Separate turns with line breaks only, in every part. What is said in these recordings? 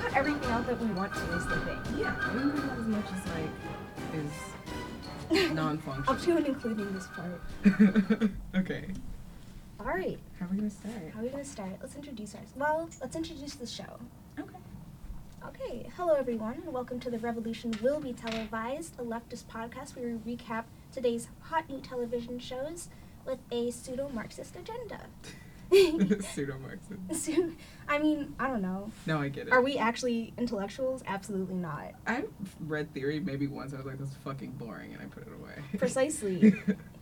not that we want to is the thing.
Yeah, I didn't think that as much as like is
Up
non-functional.
to and including this part.
okay,
All right,
how are we gonna start?
how are we gonna start? Let's introduce ourselves. Well, let's introduce the show.
Okay.
Okay, hello everyone, and welcome to The Revolution Will Be Televised, a leftist podcast where we recap today's hot new television shows with a pseudo Marxist agenda.
Pseudo Marxist.
So- I mean, I don't know.
No, I get it.
Are we actually intellectuals? Absolutely not.
I read theory maybe once. I was like, "This is fucking boring," and I put it away.
Precisely.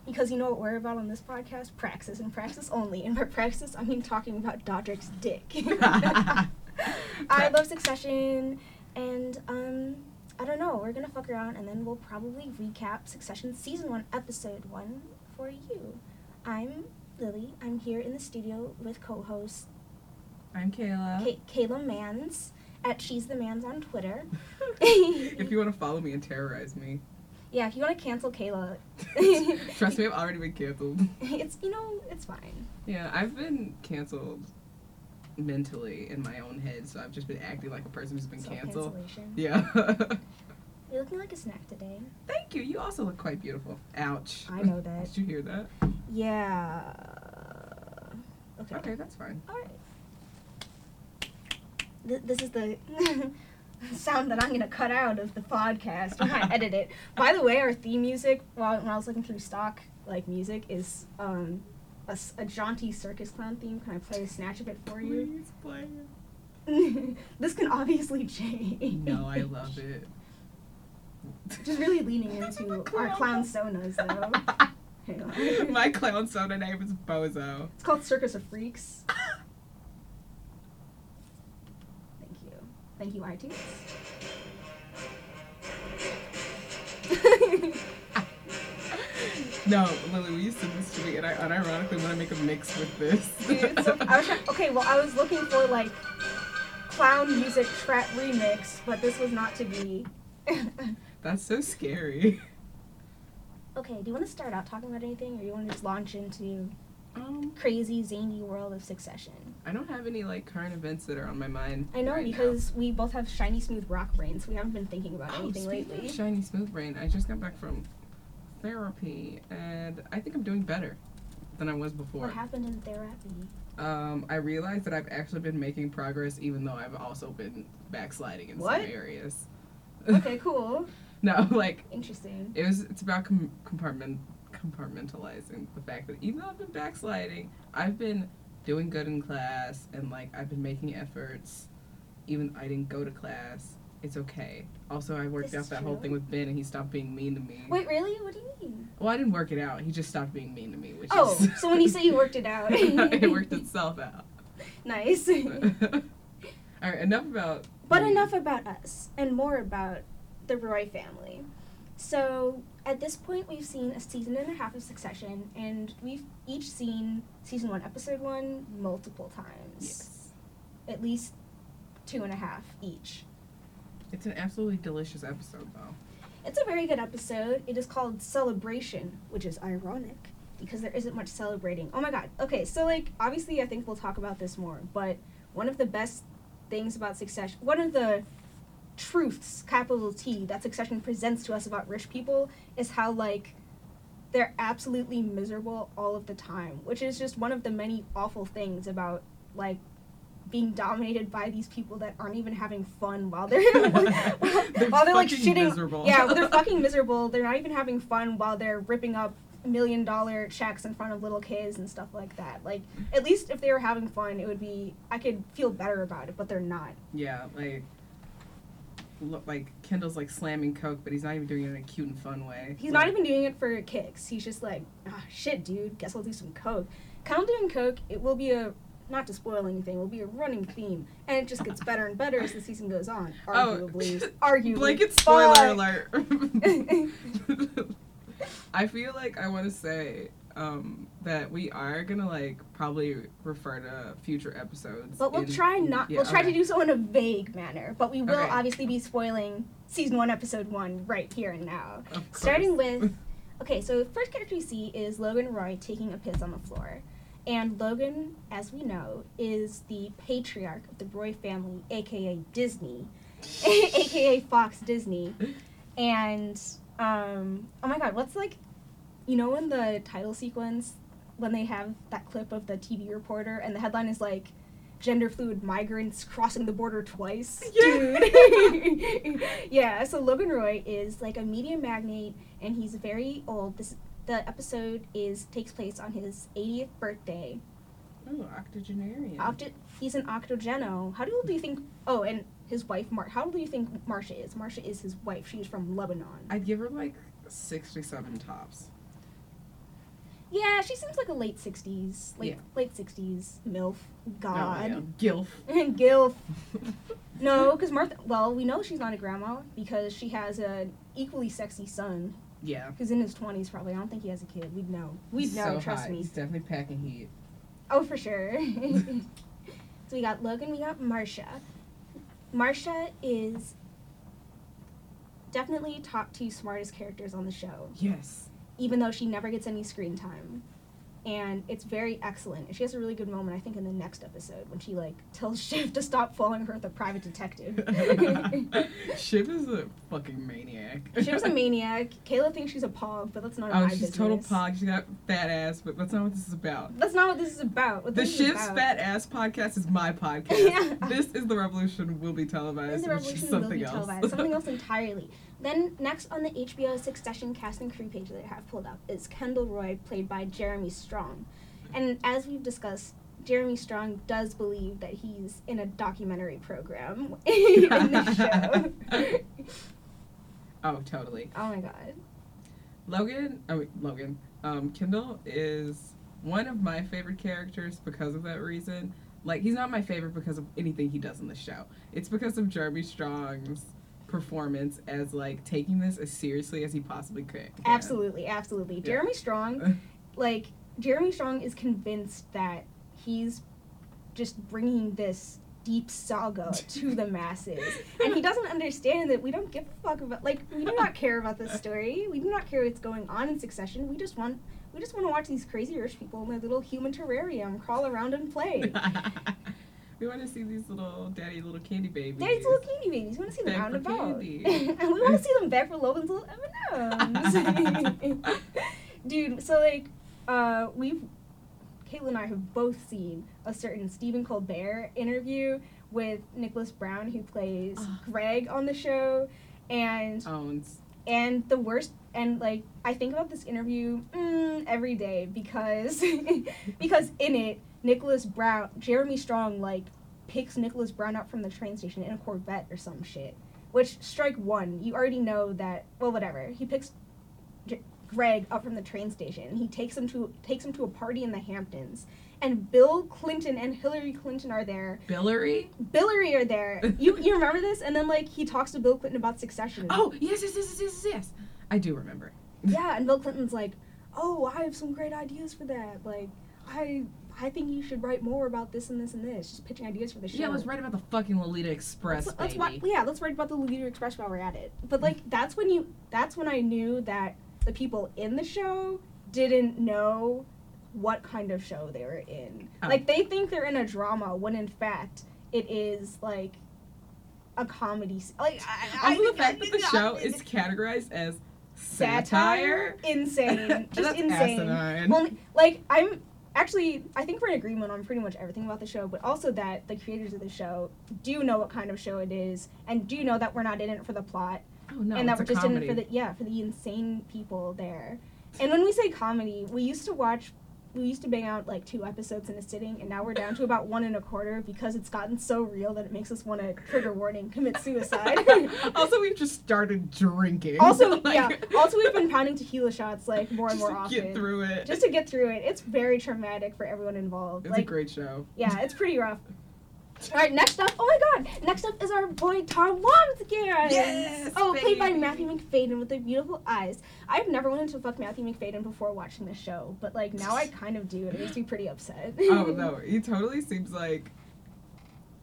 Because you know what we're about on this podcast? Praxis and praxis only. And by praxis, I mean talking about Dodrick's dick. I love Succession, and um, I don't know. We're gonna fuck around, and then we'll probably recap Succession season one, episode one for you. I'm Lily. I'm here in the studio with co-host
I'm Kayla.
Ka- Kayla Mans at She's the Mans on Twitter.
if you want to follow me and terrorize me,
Yeah, if you wanna cancel Kayla,
trust me, I've already been canceled.
it's you know it's fine.
Yeah, I've been canceled mentally in my own head, so I've just been acting like a person who's been
Self
canceled.
cancellation.
Yeah.
You're looking like a snack today.
Thank you. You also look quite beautiful. Ouch.
I know that.
Did you hear that?
Yeah. Okay.
Okay, that's fine.
All right. Th- this is the sound that I'm gonna cut out of the podcast when I edit it. By the way, our theme music, while when I was looking through stock like music, is um a, s- a jaunty circus clown theme. Can I play a snatch of it for you?
Please play.
this can obviously
it.
change.
No, I love it.
Just really leaning into our clown sonas though. Hang on.
my clown soda name is Bozo.
It's called Circus of Freaks. Thank you. Thank you, iTunes.
No, Lily, we used to this to me, and I unironically want to make a mix with this.
Dude, it's so, I was trying, okay, well, I was looking for like clown music trap remix, but this was not to be. okay,
That's so scary.
do you want to start out talking about anything, or do you want to just launch into
Um,
crazy, zany world of Succession?
I don't have any like current events that are on my mind.
I know
right now.
because we both have shiny, smooth rock brains. We haven't been thinking about
Oh,
anything
speaking
lately.
of shiny smooth brain, I just got back from therapy, and I think I'm doing better than I was before.
What happened in therapy?
Um, I realized that I've actually been making progress, even though I've also been backsliding in
What?
some areas.
Okay, cool.
no, like
Interesting.
it was. It's about com- compartment compartmentalizing the fact that even though I've been backsliding, I've been doing good in class, and like I've been making efforts. Even I didn't go to class. It's okay. Also, I worked
This
out
is
that whole
true.
thing with Ben, and he stopped being mean to me.
Wait, really? What do you mean?
Well, I didn't work it out. He just stopped being mean to me, which
Oh,
is.
so when you say you worked it out.
it worked itself out.
Nice.
All right, enough about.
but
me.
enough about us and more about the Roy family. So at this point, we've seen a season and a half of Succession, and we've each seen season one, episode one, multiple times.
Yes.
At least two and a half each.
It's an absolutely delicious episode, though.
It's a very good episode. It is called Celebration, which is ironic because there isn't much celebrating. Oh my god. Okay, so like obviously I think we'll talk about this more, but one of the best things about Succession, one of the truths, capital T, that Succession presents to us about rich people is how like they're absolutely miserable all of the time, which is just one of the many awful things about like being dominated by these people that aren't even having fun while they're, while they're like
fucking
shitting
miserable.
yeah, well, they're fucking miserable. They're not even having fun while they're ripping up million dollar checks in front of little kids and stuff like that. Like, at least if they were having fun, it would be, I could feel better about it, but they're not.
yeah, like. Look, like Kendall's like slamming coke, but he's not even doing it in a cute and fun way.
He's
Like,
not even doing it for kicks. He's just like, ah, shit, dude, guess I'll do some coke. Kyle doing coke, it will be a, not to spoil anything, will be a running theme, and it just gets better and better as the season goes on.
Oh.
Arguably. arguably.
Blanket spoiler
Fuck.
alert. I feel like I want to say um, that we are gonna like probably refer to future episodes.
But we'll
in-
try not.
yeah,
we'll try
okay.
to do so in a vague manner. But we will
Okay.
obviously be spoiling season one, episode one, right here and now.
Of course.
Starting with, okay, so the first character we see is Logan Roy taking a piss on the floor, and Logan, as we know, is the patriarch of the Roy family, aka Disney, aka Fox Disney. And um, oh my god, what's like, you know, in the title sequence when they have that clip of the TV reporter and the headline is like, gender fluid migrants crossing the border twice,
Yeah.
dude. yeah. So Logan Roy is like a media magnate, and he's very old. This the episode is takes place on his 80th birthday.
Oh, octogenarian.
Octo- he's an octogeno. How old do you think? Oh, and his wife, Mar- how old do you think Marsha is? Marsha is his wife. She's from Lebanon.
I'd give her like 67 tops.
Yeah, she seems like a late 60s, late
Yeah.
late 60s milf
No,
god.
yeah, Gilf.
Gilf. No, because Martha. Well, we know she's not a grandma because she has an equally sexy son
yeah.
who's in his 20s probably. I don't think he has a kid. We'd know. We'd
He's
know.
so
trust
hot.
me.
He's definitely packing heat.
Oh, for sure. so we got Logan, we got Marsha. Marsha is definitely top two smartest characters on the show,
Yes.
even though she never gets any screen time. And it's very excellent. And she has a really good moment, I think, in the next episode when she like tells Shiv to stop following her with a private detective.
Shiv is a fucking maniac.
Shiv's a maniac. Kayla thinks she's a pog, but that's not
Oh,
my
she's
business.
total pog. She got fat ass, but that's not what this is about.
That's not what this is about. What
The
this is
Shiv's
about-
Fat Ass podcast is my podcast.
Yeah.
This is the revolution will be
Then
televised,
the
which
revolution
is
will
something
be
else.
televised. Something else entirely. Then next on the HBO Succession cast and crew page that I have pulled up is Kendall Roy, played by Jeremy Strong. And as we've discussed, Jeremy Strong does believe that he's in a documentary program in this show.
oh, totally.
oh my god.
Logan, oh wait, Logan, um, Kendall is one of my favorite characters because of that reason. Like, he's not my favorite because of anything he does in the show. It's because of Jeremy Strong's performance as like taking this as seriously as he possibly could. can.
Absolutely, absolutely. Jeremy Strong, like, Jeremy Strong is convinced that he's just bringing this deep saga to the masses. and he doesn't understand that we don't give a fuck about like we do not care about this story. We do not care what's going on in Succession. We just want we just want to watch these crazy rich people in their little human terrarium crawl around and play.
we want to see these little daddy little candy babies.
Daddy's little candy babies. We want to see them
Beg
out and
for
about,
candy.
and we want to see them back for Logan's little M Ms. Dude, so like, uh, we've Caitlin and I have both seen a certain Stephen Colbert interview with Nicholas Brown, who plays
Ah.
Greg on the show, and
Owns.
and the worst and like I think about this interview mm, every day because because in it Nicholas Brown, Jeremy Strong like picks Nicholas Brown up from the train station in a Corvette or some shit. Which strike one, you already know that. Well, whatever. He picks J- Greg up from the train station. He takes him to takes him to a party in the Hamptons, and Bill Clinton and Hillary Clinton are there.
Billary?
Billary are there. You you remember this? And then like he talks to Bill Clinton about succession.
Oh, yes, yes, yes, yes, yes, yes. I do remember.
yeah and bill clinton's like oh i have some great ideas for that like i i think you should write more about this and this and this just pitching ideas for the show
Yeah, let's write about the fucking Lolita Express,
let's, let's
baby.
wa- yeah let's write about the leader express while we're at it but like that's when you that's when i knew that the people in the show didn't know what kind of show they were in
Oh.
like they think they're in a drama when in fact it is like a comedy s- like I, I,
Also, the
I-
fact that the
I-
show is categorized as satire,
satire insane just
That's
insane
asinine.
Well, like I'm actually, I think we're in agreement on pretty much everything about the show, but also that the creators of the show do know what kind of show it is, and do know that we're not in it for the plot,
oh no,
and that we're
it's a
just
comedy.
in it for the yeah for the insane people there. And when we say comedy, we used to watch. We used to bang out like two episodes in a sitting, and now we're down to about one and a quarter because it's gotten so real that it makes us want to trigger warning, commit suicide.
also, we've just started drinking.
also,
Like,
yeah. Also, we've been pounding tequila shots like more and
just
more
to
often
Get through it.
just to get through it. It's very traumatic for everyone involved.
it's a
like,
great show.
yeah, it's pretty rough. All right, next up. Oh my God! Next up is our boy Tom Wamsgaren.
Yes,
Oh, played by
baby.
Matthew McFadden with the beautiful eyes. I've never wanted to fuck Matthew McFadden before watching this show, but like now I kind of do. and It makes me pretty upset.
oh no, he totally seems like.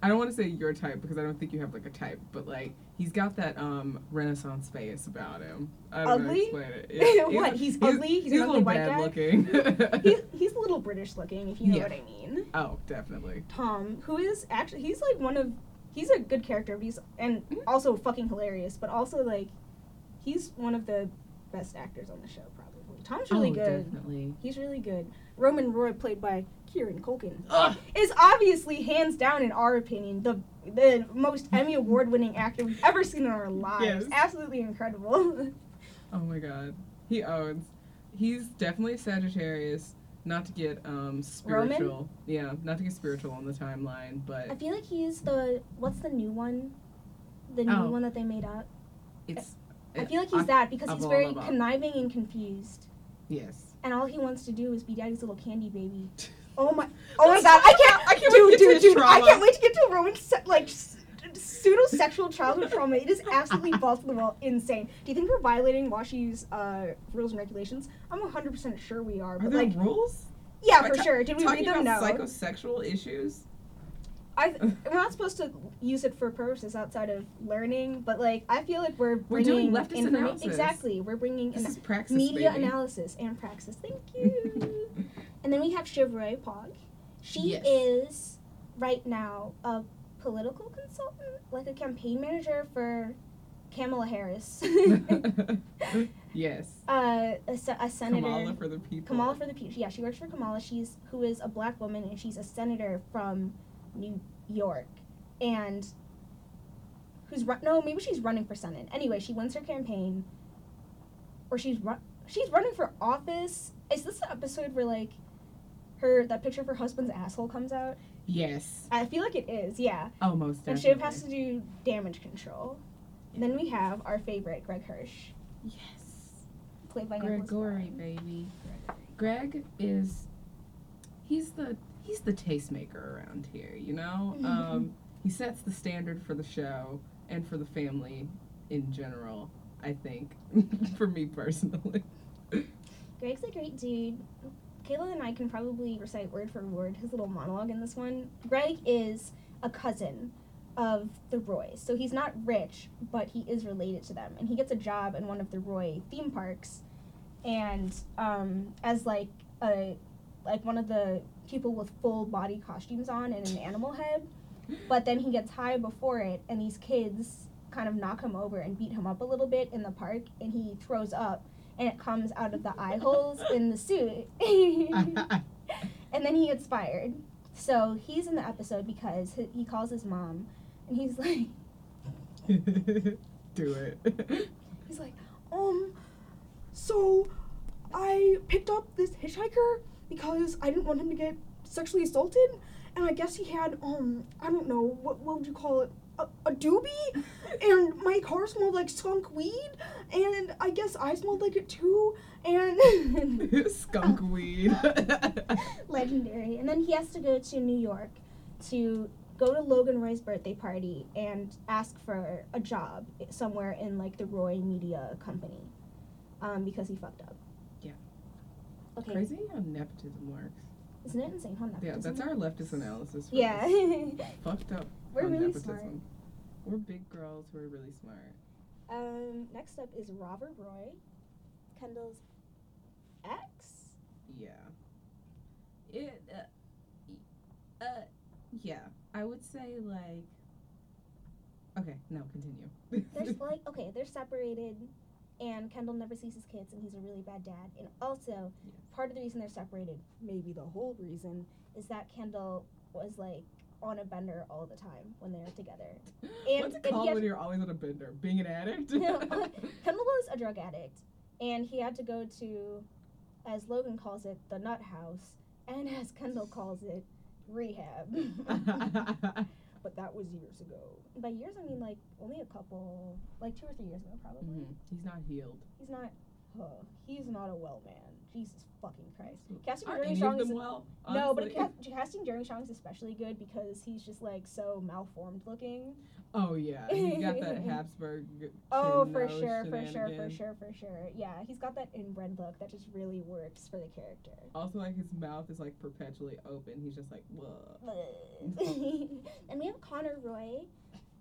I don't want to say your type because I don't think you have like a type, but like he's got that um Renaissance face about him. I don't know how
Ugly?
to explain it. Yeah.
What, he's ugly? He's an
He's, a
ugly
little
white
bad
guy?
looking.
he's, he's a little British looking, if you know
Yeah.
what I mean.
oh, definitely.
Tom, who is actually he's like one of he's a good character, but he's and
Mhm.
also fucking hilarious. But also like, he's one of the best actors on the show probably. Tom's really
oh,
good.
definitely.
He's really good. Roman Roy, played by Kieran Culkin,
Ugh,
is obviously hands down, in our opinion, the the most Emmy award winning actor we've ever seen in our lives.
Yes.
Absolutely incredible.
oh my god, he owns. He's definitely a Sagittarius. Not to get um spiritual, yeah, not to get spiritual on the timeline,
I
but
feel like he's the what's the new one, the new
Oh.
one that they made up.
it's.
I feel like he's that because he's
Abba
very
Abba.
conniving and confused.
Yes.
And all he wants to do is be daddy's little candy baby. Oh my! Oh my God! I can't! I can't dude,
wait to
dude,
get to his
dude, I
trauma.
can't wait to get to a Roman se- like s- pseudo-sexual childhood trauma. It is absolutely balls to the wall, insane. Do you think we're violating WashU's uh, rules and regulations? I'm 100 percent sure we are.
Are
But
there
like,
rules?
yeah,
Are
for
ta-
sure. Did we
Talking
read them? No.
about psychosexual issues.
I th- we're not supposed to use it for purposes outside of learning, but like I feel like we're
We're
bringing
doing leftist
informa-
analysis.
Exactly, we're bringing
This
ana-
is praxis.
media
baby.
analysis and praxis. Thank you. And then we have Chivray Pog. She
Yes.
is right now a political consultant, like a campaign manager for Kamala Harris,
yes.
uh, a, se- a senator.
Kamala for the people.
Kamala for the people. Yeah, she works for Kamala. She's who is a black woman and she's a senator from New York, and who's run? No, maybe she's running for senate. Anyway, she wins her campaign, or she's run. She's running for office. Is this the episode where like her that picture of her husband's asshole comes out?
Yes.
I feel like it is. Yeah,
Oh, most
and
definitely.
Shiv has to do damage control. Then we have our favorite Greg Hirsch,
Yes.
played by Nicholas
Gregory,
Brennan.
baby.
Gregory.
Greg is. He's the he's the tastemaker around here. You know.
Mhm.
Um, he sets the standard for the show and for the family in general. I think, for me personally.
Greg's a great dude. Kayla and I can probably recite word for word his little monologue in this one. Greg is a cousin of the Roys. So he's not rich, but he is related to them. And he gets a job in one of the Roy theme parks and um, as like a like one of the people with full body costumes on and an animal head. But then he gets high before it and these kids kind of knock him over and beat him up a little bit in the park and he throws up and it comes out of the eye holes in the suit. Mm-hmm. And then he gets fired. So he's in the episode because he- he calls his mom and he's like,
Do it.
he's like, um, so I picked up this hitchhiker because I didn't want him to get sexually assaulted. And I guess he had, um, I don't know, what, what would you call it? A, a doobie? And my car smelled like skunk weed. And I guess I smelled like it too. And.
Skunk
Oh.
weed.
legendary. And then he has to go to New York to go to Logan Roy's birthday party and ask for a job somewhere in like the Roy Media Company, um, because he fucked up.
Yeah.
Okay.
Crazy how nepotism works.
Isn't it insane? How not
Yeah,
to
that's
do
our leftist analysis.
that?
for
Yeah.
this. Fucked up.
We're
on
really
nepotism.
smart.
We're big girls who are really smart.
um, next up is Robert Roy, Kendall's ex.
Yeah. It. Uh, y- uh, yeah. I would say like. Okay. No. Continue.
There's like okay, they're separated, and Kendall never sees his kids, and he's a really bad dad. And also,
Yes.
part of the reason they're separated, maybe the whole reason, is that Kendall was like on a bender all the time when they were together. and-
What's
and
it
he
called
has-
when you're always on a bender? Being an addict.
Kendall was a drug addict, and he had to go to, as Logan calls it, the nut house, and as Kendall calls it, rehab. Mm-hmm.
Mhm.
but that was years ago. By years, I mean like only a couple, like two or three years ago, probably.
He's not healed.
He's not. Huh, he's not a well man. Jesus fucking Christ.
So-
Casting
Are
During
Hmm. any
Strong
of
is
them well?
no, but
Honestly.
ca- casting Jeremy Strong is especially good because he's just like so malformed looking.
Oh yeah, he's got that Habsburg.
Oh,
chin
for
nose
sure, for sure, for
shenanigan.
sure, for sure. Yeah, he's got that inbred look that just really works for the character.
Also, like his mouth is like perpetually open. He's just like, whoa.
and we have Connor Roy.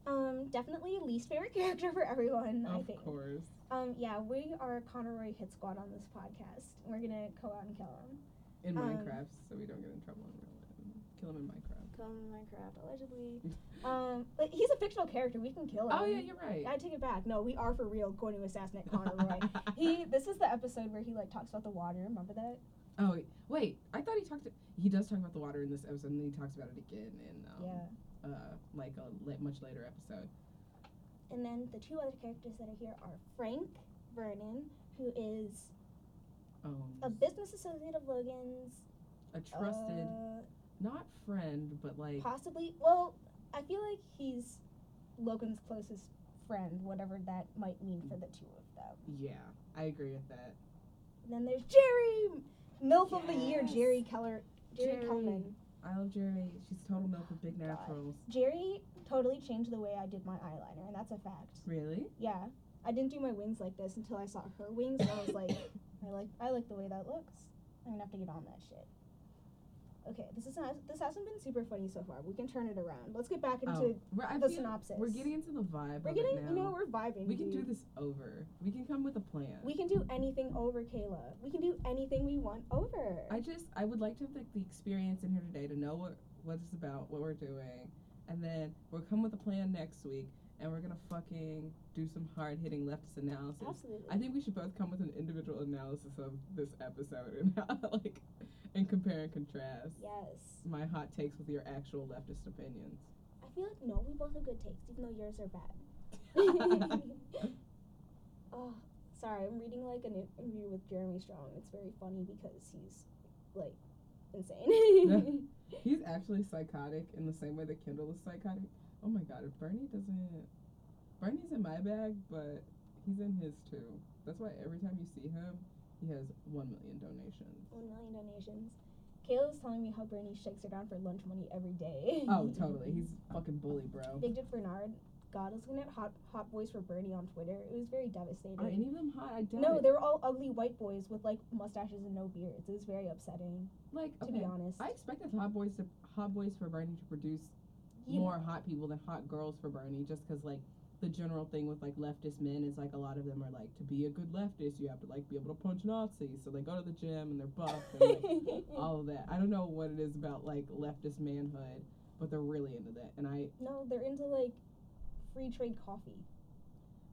Um, definitely least favorite character for everyone, I
Of
think.
course.
Um, yeah, we are Connor Roy Hit Squad on this podcast. We're gonna go out and kill him.
In
Um,
Minecraft, so we don't get in trouble in real life. Kill him in Minecraft.
come Minecraft allegedly. Um, but he's a fictional character. We can kill him.
Oh, yeah, you're right.
I take it back. No, we are for real going to assassinate Connor Roy. he. This is the episode where he like talks about the water. Remember that?
Oh wait, I thought he talked. He does talk about the water in this episode, and then he talks about it again in
yeah.
um, uh, like a la- much later episode.
And then the two other characters that are here are Frank Vernon, who is
Um,
a business associate of Logan's.
a trusted,
uh,
not friend, but like
possibly. Well, I feel like he's Logan's closest friend, whatever that might mean for the two of them.
yeah, I agree with that.
And then there's Jerry, MILF of the year,
Yes.
Jerry Keller. Jerry,
Jerry.
Kelman.
I love Jerry. She's total milk with big
God.
naturals.
Jerry totally changed the way I did my eyeliner, and that's a fact.
Really?
Yeah, I didn't do my wings like this until I saw her wings, and I was like, I like, I like the way that looks. I'm gonna have to get on that shit. Okay, this is not, this hasn't been super funny so far. We can turn it around. Let's get back into.
Oh, we're, I
the
feel-
synopsis.
We're getting into the vibe.
we're
of
getting,
it now.
you know, we're vibing.
we can do
dude.
this over. We can come with a plan.
We can do anything over Kayla. We can do anything we want over.
I just I would like to have like the experience in here today to know what what it's about, what we're doing, and then we'll come with a plan next week, and we're gonna fucking do some hard hitting leftist analysis.
Absolutely.
I think we should both come with an individual analysis of this episode and how, like and compare and contrast
yes.
my hot takes with your actual leftist opinions.
I feel like no, we both have good takes, even though yours are bad. oh, sorry, I'm reading like an interview with Jeremy Strong. It's very funny because he's like insane.
He's actually psychotic in the same way that Kendall is psychotic. Oh my god, if Bernie doesn't Bernie's in my bag, but he's in his too. That's why every time you see him, he has one million donations.
One million donations. Kayla was telling me how Bernie shakes her down for lunch money every day.
Oh totally. He's a fucking bully, bro.
Big Dick Bernard. God, I was looking at hot hot boys for Bernie on Twitter. It was very devastating.
Are any of them hot? I doubt
no,
it.
they were all ugly white boys with like mustaches and no beards. It was very upsetting,
like
to
okay.
be honest.
I expected hot boys to hot boys for Bernie to produce
You-
more hot people than hot girls for Bernie, just because like the general thing with like leftist men is like a lot of them are like to be a good leftist you have to like be able to punch Nazis, so they go to the gym and they're buff and like all of that. I don't know what it is about like leftist manhood, but they're really into that, and I
No, they're into like free trade coffee.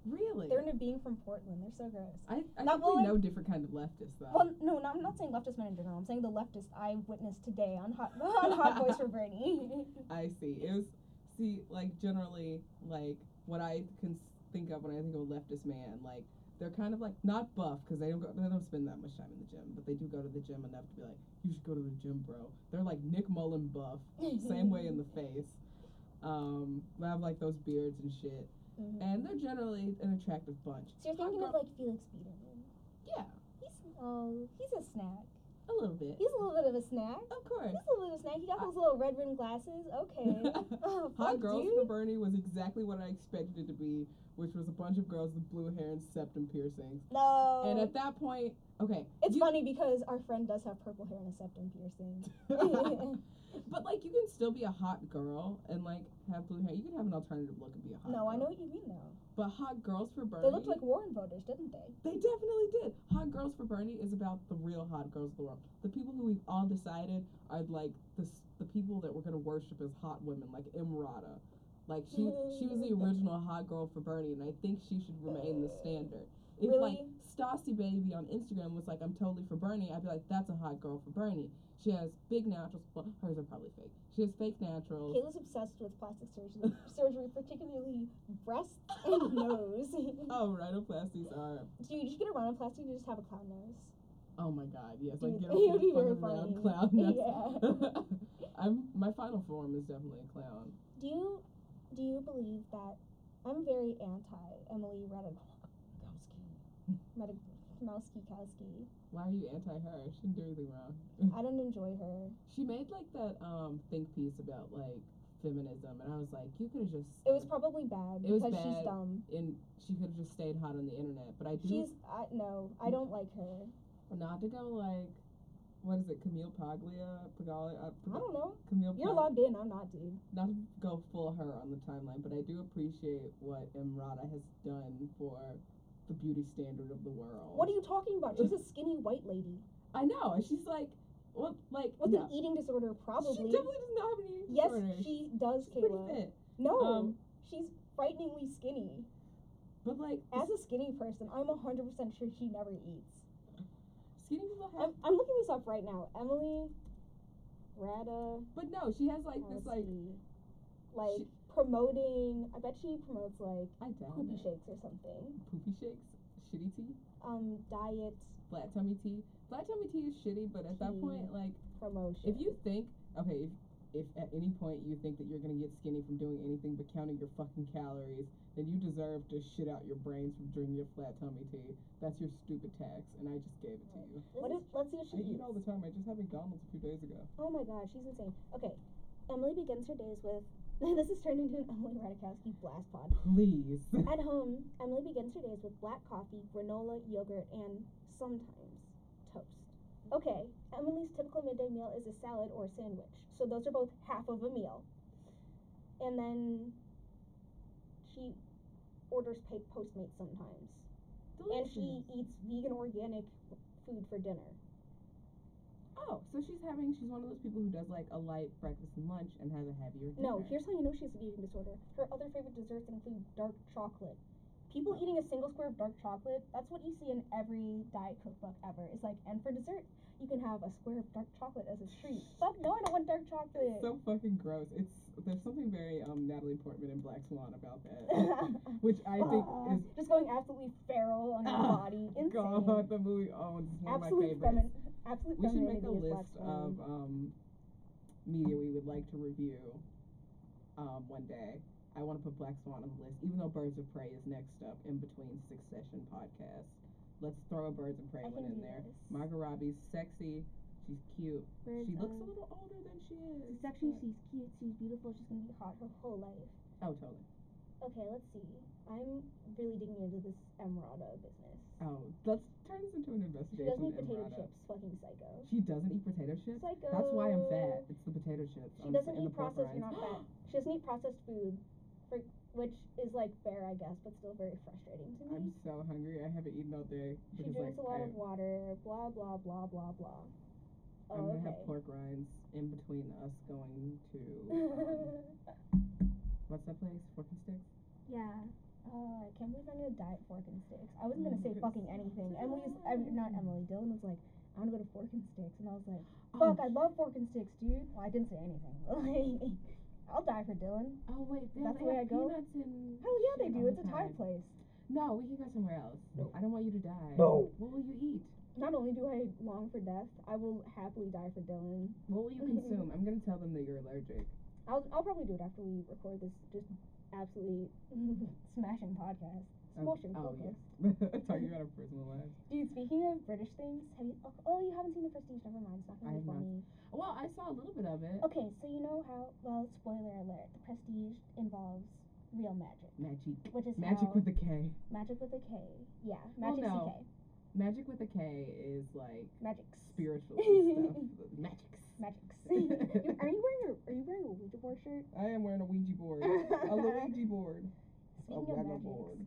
really
They're into being from Portland. They're so gross.
I, I
Not
think we
well,
know different kind of leftists though.
Well, no, no, I'm not saying leftist men in general. I'm saying the leftist I witnessed today on Hot on Hot Boys for Bernie.
I see. It was see like generally like what I can s- think of when I think of a leftist man. Like they're kind of like not buff because they don't go, they don't spend that much time in the gym, but they do go to the gym enough to be like, you should go to the gym, bro. They're like Nick Mullen buff, same way in the face. Um, they have like those beards and shit,
Mhm.
and they're generally an attractive bunch.
so you're thinking
Eh. Hot
of like Felix Biederman.
Yeah,
He's oh, he's a snack.
a little bit.
He's a little bit of a snack.
Of
He's
course.
a little bit of a snack. He got those little red rim glasses. Okay. Oh,
Hot
fuck,
Girls
dude.
for Bernie was exactly what I expected it to be, which was a bunch of girls with blue hair and septum piercings.
no.
And at that point, okay.
it's
you-
funny because our friend does have purple hair and a septum piercing. eh.
but like, you can still be a hot girl and like have blue hair. You can have an alternative look and be a hot.
no, I know
girl.
what you mean though.
But hot girls for Bernie.
They looked like Warren voters, didn't they?
They definitely did. Hot Girls for Bernie is about the real hot girls of the world. The people who we've all decided are like the s- the people that we're gonna worship as hot women, like Imrata. Like she she was the original hot girl for Bernie, and I think she should remain the standard. If like
Really?
Stassi Baby on Instagram was like, "I'm totally for Bernie," I'd be like, "That's a hot girl for Bernie." She has big naturals. Well, hers are probably fake. She has fake naturals.
Kayla's obsessed with plastic surgery, surgery particularly breast and nose. Dude,
Oh, rhinoplasties are.
you should get a rhinoplasty to just have a clown nose.
Oh my God! Yes, like
Dude,
get
it would
off
be
the
very
fucking round
funny.
clown.
Yeah.
I'm my final form is definitely a clown.
Do you do you believe that I'm very anti Emily Ratajkowski? Ratajkowski Kowski.
Why are you anti her? She didn't do anything wrong.
I don't enjoy her.
She made like that um think piece about like feminism, and I was like, you could have just
It was probably bad
It was
because she's
bad.
dumb.
and she could have just stayed hot on the internet. But I do
She's I, no, I don't like her.
not to go like what is it, Camille Paglia, Paglia,
I
uh, Pag-
don't know.
Camille.
You're
Pag-
logged in. I'm not, dude.
not to go full her on the timeline, but I do appreciate what Imrata has done for the beauty standard of the world.
What are you talking about? She's a skinny white lady.
I know. and She's like, Well, like
With
no.
an eating disorder, probably.
She definitely does not have an eating
yes,
disorder.
she does,
She's pretty
Kayla.
fit.
No,
Um,
she's frighteningly skinny.
But like
As a skinny person, I'm 100% sure she never eats.
skinny people have
I'm, I'm looking this up right now. Emily Rada.
but no, she has like this like
Kowalski, like
she- Oh,
promoting, I bet she promotes like
I doubt
poopy
it.
shakes or something.
poopy shakes, shitty tea,
Um, diet
flat tummy tea. Flat tummy tea is shitty, but at that
Tea.
point, like
promotion.
if you think okay, if if at any point you think that you're gonna get skinny from doing anything but counting your fucking calories, then you deserve to shit out your brains from drinking your flat tummy tea. That's your stupid tax, and I just gave it to you.
what if let's see what she
I eat
eats.
all the time. I just had McDonald's a few days ago.
Oh my god, she's insane. Okay, Emily begins her days with. this has turned into an Emily Radikowski blast pod.
Please.
At home, Emily begins her days with black coffee, granola, yogurt, and sometimes toast. Okay, Emily's typical midday meal is a salad or a sandwich. So those are both half of a meal. And then she orders pa- Postmates sometimes. And she eats vegan organic food for dinner.
Oh, so she's having she's one of those people who does like a light breakfast and lunch and has a heavier dinner.
No, here's how you know she has an eating disorder. Her other favorite desserts include dark chocolate. People eating a single square of dark chocolate, that's what you see in every diet cookbook ever. It's like, and for dessert, you can have a square of dark chocolate as a treat. Fuck no, I don't want dark chocolate.
It's so fucking gross. It's there's something very um Natalie Portman in Black Swan about that,
I
which I think is
Ah, just going absolutely feral on her
Ah,
body. Uh, Insane.
God, the movie owns one
Absolute
of my favorites.
feminine. Absolute
We should
femininity
make a
is black
list
swan.
of um media we would like to review um one day. I want to put Black Swan on the list, even though Birds of Prey is next up in between Succession podcasts. Let's throw a Birds of Prey
I
one
can
in
do
there.
this.
Margot Robbie's sexy. She's cute.
Whereas,
she looks a
um,
little older than she is.
It's actually, she's cute, she's beautiful, she's gonna be hot her whole life.
Oh, totally.
Okay, let's see. I'm really digging into this Emerada business.
Oh, let's turn this into an
She
investigation.
doesn't eat
in
potato
Rada.
chips, fucking psycho.
She doesn't eat potato chips.
Psycho.
That's why I'm fat. It's the potato chips.
She
I'm
doesn't eat
in the
processed. You're
pork
not fat.
rinds.
She doesn't eat processed food, for, which is like fair, I guess, but still very frustrating to me.
I'm so hungry. I haven't eaten all day.
she
because,
drinks
like,
a lot
I,
of water. Blah blah blah blah blah.
I'm
Oh,
gonna
okay.
have pork rinds in between us going to um, what's that place? Fork and Sticks.
yeah. Uh, I can't believe I knew a diet fork and sticks. I wasn't gonna say
Fork
fucking
and
anything. Emily's, I'm not Emily. Dylan was like, I want to go to fork and sticks, and I was like.
Oh,
Fuck, I love fork and sticks, dude. Well, I didn't say anything. but, like, I'll die for Dylan.
Oh wait,
That's the way I go?
Peanuts and
Hell yeah, they
shit
do.
all
It's
the
a Thai
time.
place.
No, we can go somewhere else.
No.
I don't want you to die.
No.
What will you eat?
Not only do I long for death, I will happily die for Dylan.
What will you consume? I'm gonna tell them that you're allergic.
I'll, I'll probably do it after we record this just absolutely smashing podcast.
Oh,
Smashing
oh,
podcast.
yeah. Talking about our personal lives.
Dude, speaking of British things, have you, oh, oh, you haven't seen The Prestige, never mind, it's not
I
gonna be
have not.
funny.
Well, I saw a little bit of it.
Okay, so you know how, well, spoiler alert, The Prestige involves real magic.
Magic.
Which is
Magic
how,
with a K.
magic with a K. Yeah,
Well,
magic
no.
CK.
Magic with a K is like
Magic.
spiritual stuff. Magics.
Magics. You- are you wearing a Are you wearing a Ouija board shirt?
I am wearing a Ouija board. a Luigi board. a
Speaking
Ouija
of magics,
board.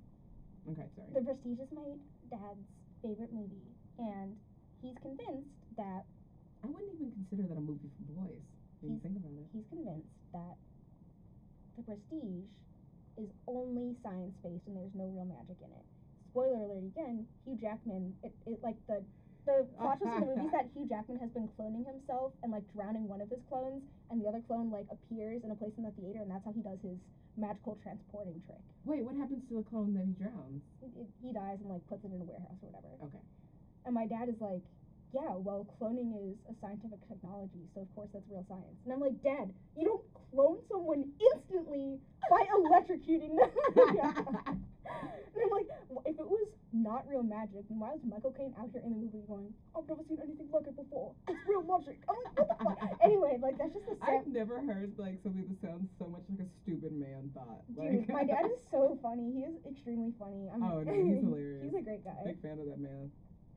Okay, sorry.
The Prestige is my dad's favorite movie, and he's convinced that
I wouldn't even consider that a movie for boys. When you
He's-
think about it.
he's convinced that The Prestige is only science based and there's no real magic in it. Spoiler alert again, Hugh Jackman. It, it like the the plot twist of the movie is that Hugh Jackman has been cloning himself and like drowning one of his clones, and the other clone like appears in a place in the theater, and that's how he does his magical transporting trick.
Wait, what happens to the clone that he drowns?
it, he dies and like puts it in a warehouse or whatever.
Okay.
And my dad is like, yeah, well, cloning is a scientific technology, so of course that's real science. And I'm like, Dad, you don't clone someone instantly by electrocuting them. and I'm like, "Well, if it was not real magic, then why was Michael Caine out here in the movie going, I've never seen anything like it before. It's real magic. I'm like, what the fuck? Anyway, like that's just the same.
I've never heard like something that sounds so much like a stupid man thought.
Dude,
Like,
my dad is so funny. He is extremely funny. I'm
Oh, no, he's hilarious.
he's a great guy.
big fan of that man.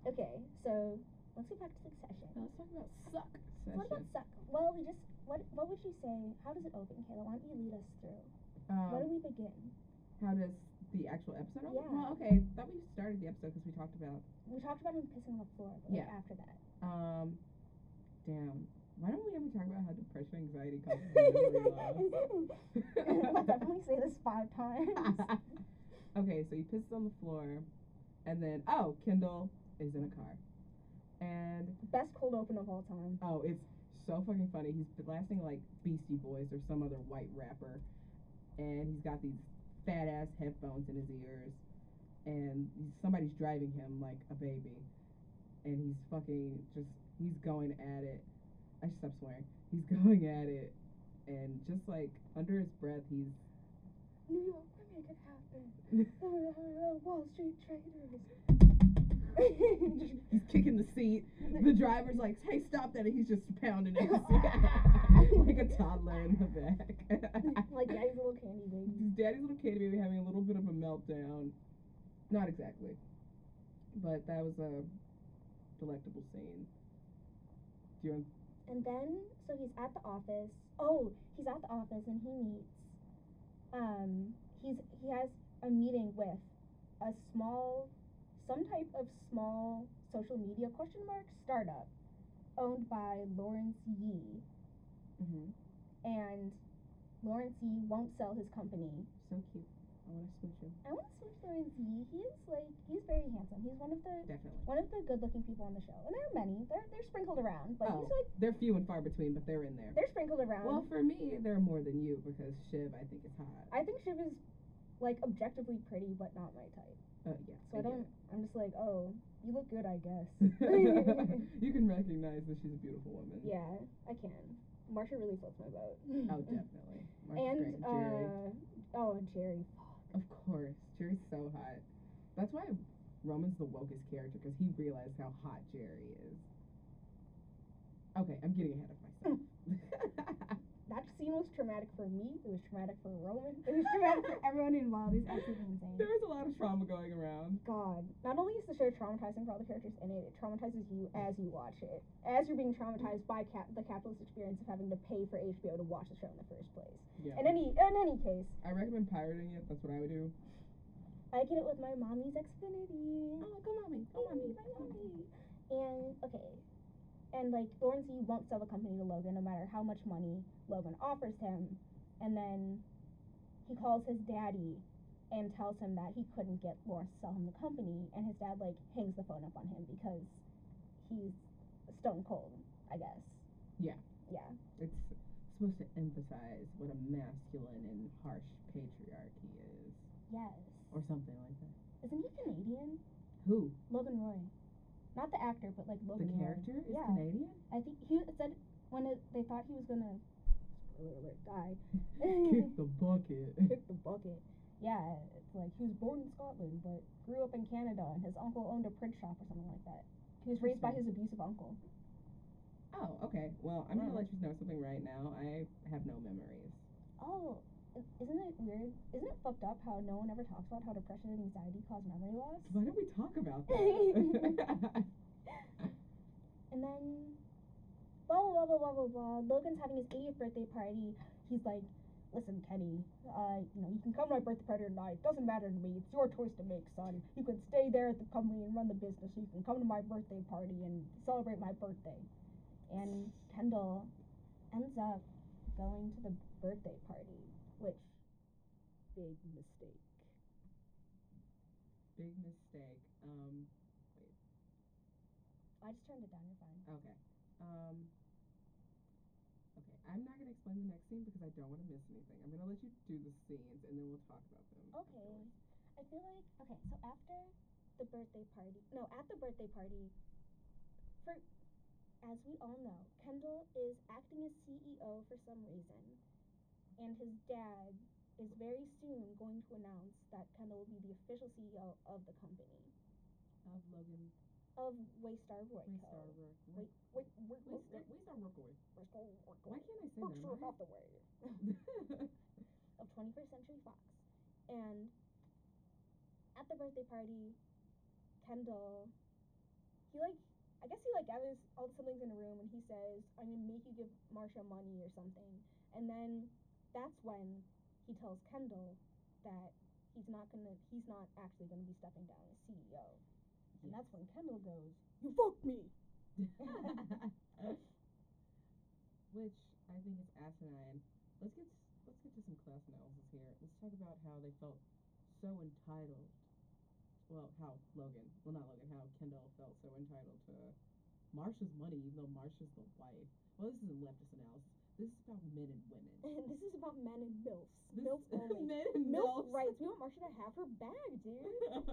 Okay, so let's get back to Succession.
Now let's talk about suck
What about
session.
suck? Well, we just what what would you say? How does it open, Kayla? Why don't you lead us through? Where do
Um,
we begin?
how does the actual episode? open?
Yeah.
Well, okay. Thought we started the episode because we talked about
We talked about him pissing on the floor, but like,
Yeah.
after that,
um, Damn. Why don't we ever talk about how depression and anxiety comes from memory
I'll
loss?
definitely say this five times.
okay, so he pisses on the floor, and then oh, Kendall is in a car, and
Best cold open of all time.
oh, it's so fucking funny. He's blasting like Beastie Boys or some other white rapper, and he's got these fat ass headphones in his ears, and he's- somebody's driving him like a baby, and he's fucking just he's going at it. I should stop swearing. He's going at it, and just like under his breath, he's
New York, we make it happen. Wall Street traders.
He's kicking the seat. The driver's like, "Hey, stop that!" And he's just pounding it like a toddler in the back.
like daddy's little candy baby.
His daddy's little candy baby having a little bit of a meltdown. Not exactly, but that was a delectable scene. Do you?
And then, so he's at the office. Oh, he's at the office and he meets. Um, he's he has a meeting with a small, some type of small social media question mark startup, owned by Lawrence Yee,
Mm-hmm.
and Lawrence Yee won't sell his company.
So cute. I want to smooch him.
I want to switch Lawrence Yee. He is like he's very handsome. He's one of the
Definitely.
one of the good-looking people on the show, and there are many. They're they're sprinkled around, but
Oh,
he's like
they're few and far between, but they're in there.
they're sprinkled around.
Well, for me, they're more than you because Shiv, I think, is hot.
I think Shiv is like objectively pretty, but not my type.
Uh, yeah.
So I
get
don't. I'm just like, oh, you look good, I guess.
you can recognize that she's a beautiful woman.
yeah, I can. Marsha really floats my boat.
Oh, definitely. Martha
And
Grant, Jerry.
uh, oh, and Jerry.
Of course. Jerry's so hot. That's why Roman's the wokest character because he realized how hot Jerry is. Okay, I'm getting ahead of myself.
That scene was traumatic for me. It was traumatic for Roman. It was traumatic for everyone involved. It's absolutely insane.
there was a lot of trauma going around.
God, not only is the show traumatizing for all the characters in it, it traumatizes you as you watch it. As you're being traumatized by cap- the capitalist experience of having to pay for HBO to watch the show in the first place.
Yeah.
In any in any case,
I recommend pirating it. That's what I would do.
I get it with my mommy's Xfinity.
go mommy,
And okay, and like Lawrence Yee won't sell the company to Logan no matter how much money Logan offers him, and then he calls his daddy and tells him that he couldn't get Lawrence to sell him the company, and his dad like hangs the phone up on him because he's stone cold, I guess.
Yeah.
Yeah.
It's supposed to emphasize what a masculine and harsh patriarchy is,
Yes.
or something like that.
Isn't he Canadian?
Who?
Logan Roy. Not the actor, but like
The
Logan Roy.
character is
Yeah.
Canadian?
I think he said when it, they thought he was gonna spoiler alert die.
Kick the bucket.
Kick the bucket. Yeah, it's like he was born in Scotland but grew up in Canada and his uncle owned a print shop or something like that. He was raised by his abusive uncle.
Oh, okay. Well, I'm gonna
Wow.
let you know something right now. I have no memories.
Oh, i- isn't it weird? Isn't it fucked up how no one ever talks about how depression and anxiety cause memory loss?
Why don't we talk about that?
And then, blah blah blah blah blah blah. blah. Logan's having his 80th birthday party. He's like, "Listen, Kenny, uh, you know, you can come to my birthday party or not. It doesn't matter to me. It's your choice to make, son. You can stay there at the company and run the business, or you can come to my birthday party and celebrate my birthday." And Kendall ends up going to the birthday party, which big mistake.
Big mistake. Um,
I just turned it down. You're fine.
okay. Um, okay. I'm not gonna explain the next scene because I don't want to miss anything. I'm gonna let you do the scenes and then we'll talk about them.
Okay.
afterwards.
I feel like okay, so after the birthday party no, at the birthday party for as we all know, Kendall is acting as CEO for some reason and his dad is very soon going to announce that Kendall will be the official CEO of the company
Of Logan.
of Waystar
We
Royco.
start work.
Wait, wait, wait,
We start. We start work away. Why
wait,
can't I say
Berkshire
that?
Hathaway
Right?
of 21st Century Fox. And at the birthday party, Kendall, he like, I guess he like gathers all the siblings in a room and he says, I'm gonna make you give Marsha money or something. And then that's when he tells Kendall that he's not gonna, he's not actually gonna be stepping down as E CEO. And that's when Kendall goes, You fucked me!
which I think is asinine. Let's get s- let's get to some class analysis here. Let's talk about how they felt so entitled. Well, how Logan, well not Logan, how Kendall felt so entitled to Marsha's money, even though Marsha's the wife. Well, this isn't leftist analysis. This is about men and women.
And this is about men and milfs.
This-
Milfs only.
men and
Milf
milfs.
rights. We want Marsha to have her bag, dude. we want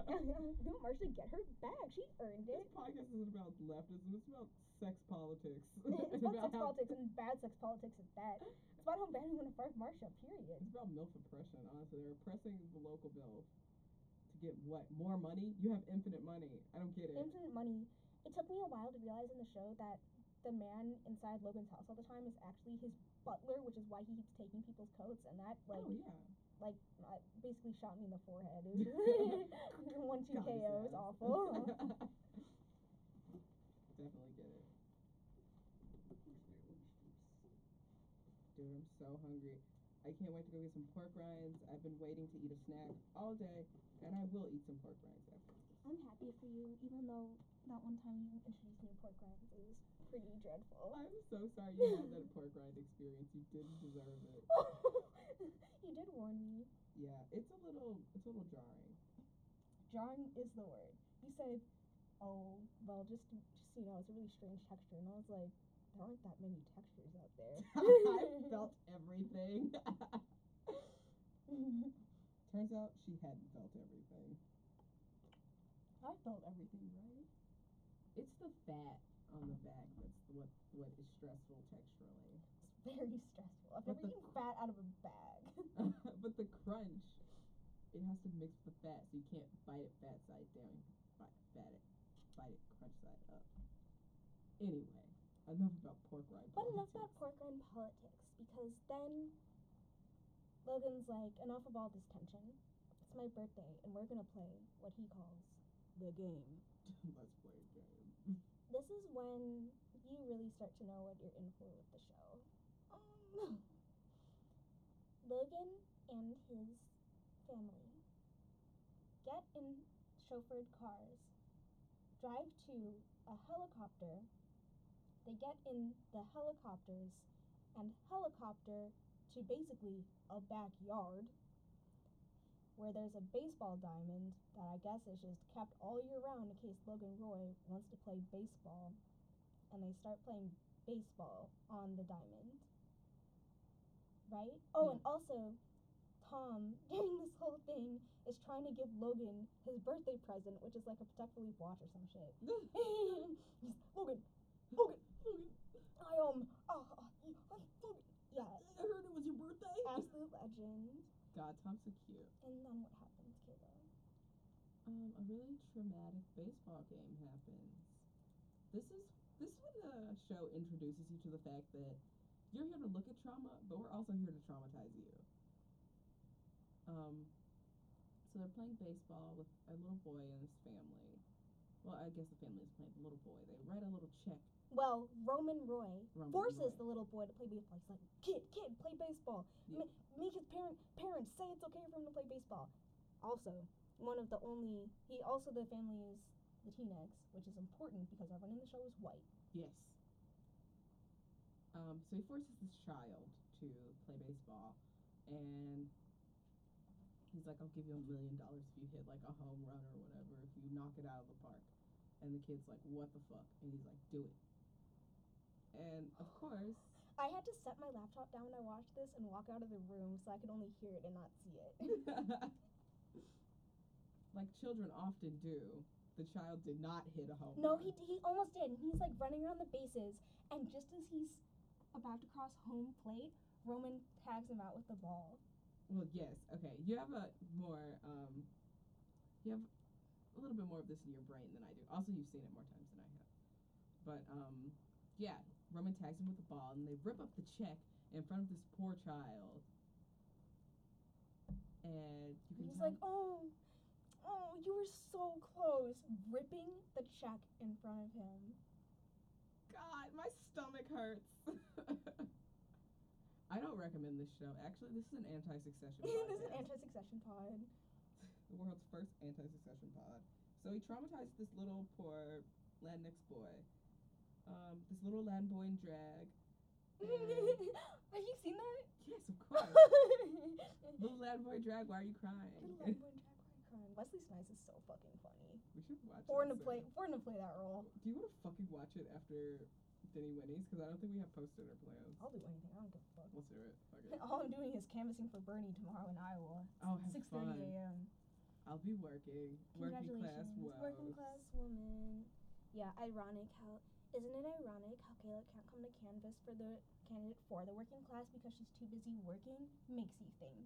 Marsha to get her bag. She earned
This
it.
podcast isn't about leftism. It's about sex politics.
it's about sex
how-
politics and bad sex politics at that. It's about how bad we want to fuck Marsha, period.
It's about MILF oppression, honestly. They're oppressing the local MILF to get what? More money? You have infinite money. I don't get it.
Infinite money. It took me a while to realize in the show that the man inside Logan's house all the time is actually his butler, which is why he keeps taking people's coats, and that like
oh, yeah.
like uh, basically shot me in the forehead. It was one two
God, this
KO is
ass.
awful.
Definitely get it. Dude, I'm so hungry. I can't wait to go get some pork rinds. I've been waiting to eat a snack all day, and I will eat some pork rinds after.
I'm happy for you, even though that one time you introduced me to pork rinds, it was pretty dreadful.
I'm so sorry you had that pork rind experience. You didn't deserve it.
you did warn me.
Yeah, it's a little, it's a little jarring.
Jarring is the word. You said, "Oh, well, just just so you know, it's a really strange texture," and I was like, "There aren't that many textures out there."
I felt everything. Turns out she hadn't felt everything.
I felt
Everything, right? It's the fat on the back that's what what is stressful texturally.
it's very stressful. I've
But
never
the-
eaten fat out of a bag.
but the crunch, it has to mix with the fat, so you can't bite it fat side down. Bite, bite it, bite it crunch side up. Anyway, enough about pork rind.
But enough about
politics.
pork rind politics, because then Logan's like, enough of all this tension. It's my birthday, and we're gonna play what he calls the game.
Let's play a game.
This is when you really start to know what you're in for with the show. Um, Logan and his family get in chauffeured cars, drive to a helicopter. They get in the helicopters and helicopter to basically a backyard where there's a baseball diamond that I guess is just kept all year round in case Logan Roy wants to play baseball. And they start playing baseball on the diamond. Right? Oh, and also, Tom, during this whole thing, is trying to give Logan his birthday present, which is like a Protect Relief watch or some shit. He's, Logan, Logan, I, um, oh, oh, you- oh, Logan. Yeah,
I heard it was your birthday.
absolute legend.
God, Tom's so cute.
And then what happens, Kayla?
Um, a really traumatic baseball game happens. This is this is when the show introduces you to the fact that you're here to look at trauma, but we're also here to traumatize you. Um, so they're playing baseball with a little boy and his family. Well, I guess the family is playing the little boy. They write a little check.
Well, Roman Roy
Roman
forces
Roy.
the little boy to play baseball. He's like, kid, kid, play baseball.
Yeah.
Ma- make his parent parents say it's okay for him to play baseball. Also, one of the only he also the family is Latinx, which is important because everyone in the show is white.
Yes. Um, so he forces this child to play baseball, and he's like, "I'll give you a million dollars if you hit like a home run or whatever, if you knock it out of the park." And the kid's like, "What the fuck?" And he's like, "Do it." And of
Oh.
course,
I had to set my laptop down when I watched this and walk out of the room so I could only hear it and not see it.
like children often do, the child did not hit a home
No,
run.
he he almost did. and He's like running around the bases, and just as he's about to cross home plate, Roman tags him out with the ball.
Well, yes. Okay, you have a more, um, you have a little bit more of this in your brain than I do. Also, you've seen it more times than I have. But um, yeah, Roman tags him with the ball, and they rip up the check in front of this poor child. And you can
He's
tell
like, oh, oh, you were so close, ripping the check in front of him.
God, my stomach hurts. I don't recommend this show. Actually, this is an anti-succession.
this is
podcast.
anti-succession pod.
the world's first anti-secession pod. So he traumatized this little poor Latinx boy, um, this little Latin boy in drag,
Have you seen that?
Yes, of course. Mm-hmm. Little Lad Boy Drag, why are you
Little
crying?
Edward Jack Ryan. Wesley Snipes is so fucking funny.
we should watch
Born to
that soon.
play, born to play that role.
Do you want to fucking watch it after Denny Winnie's? Because I don't think we have posted our plans.
I'll do anything. I don't give a
Let's do it. Fuck it.
fuck. All I'm doing is canvassing for Bernie tomorrow in Iowa.
Oh, have
6:30
fun.
a.m.
I'll be working. Working class
Congratulations,
woes.
working class woman. Yeah, ironic how isn't it ironic how Kayla can't come to canvas for the candidate for the working class because she's too busy working? Makes you think.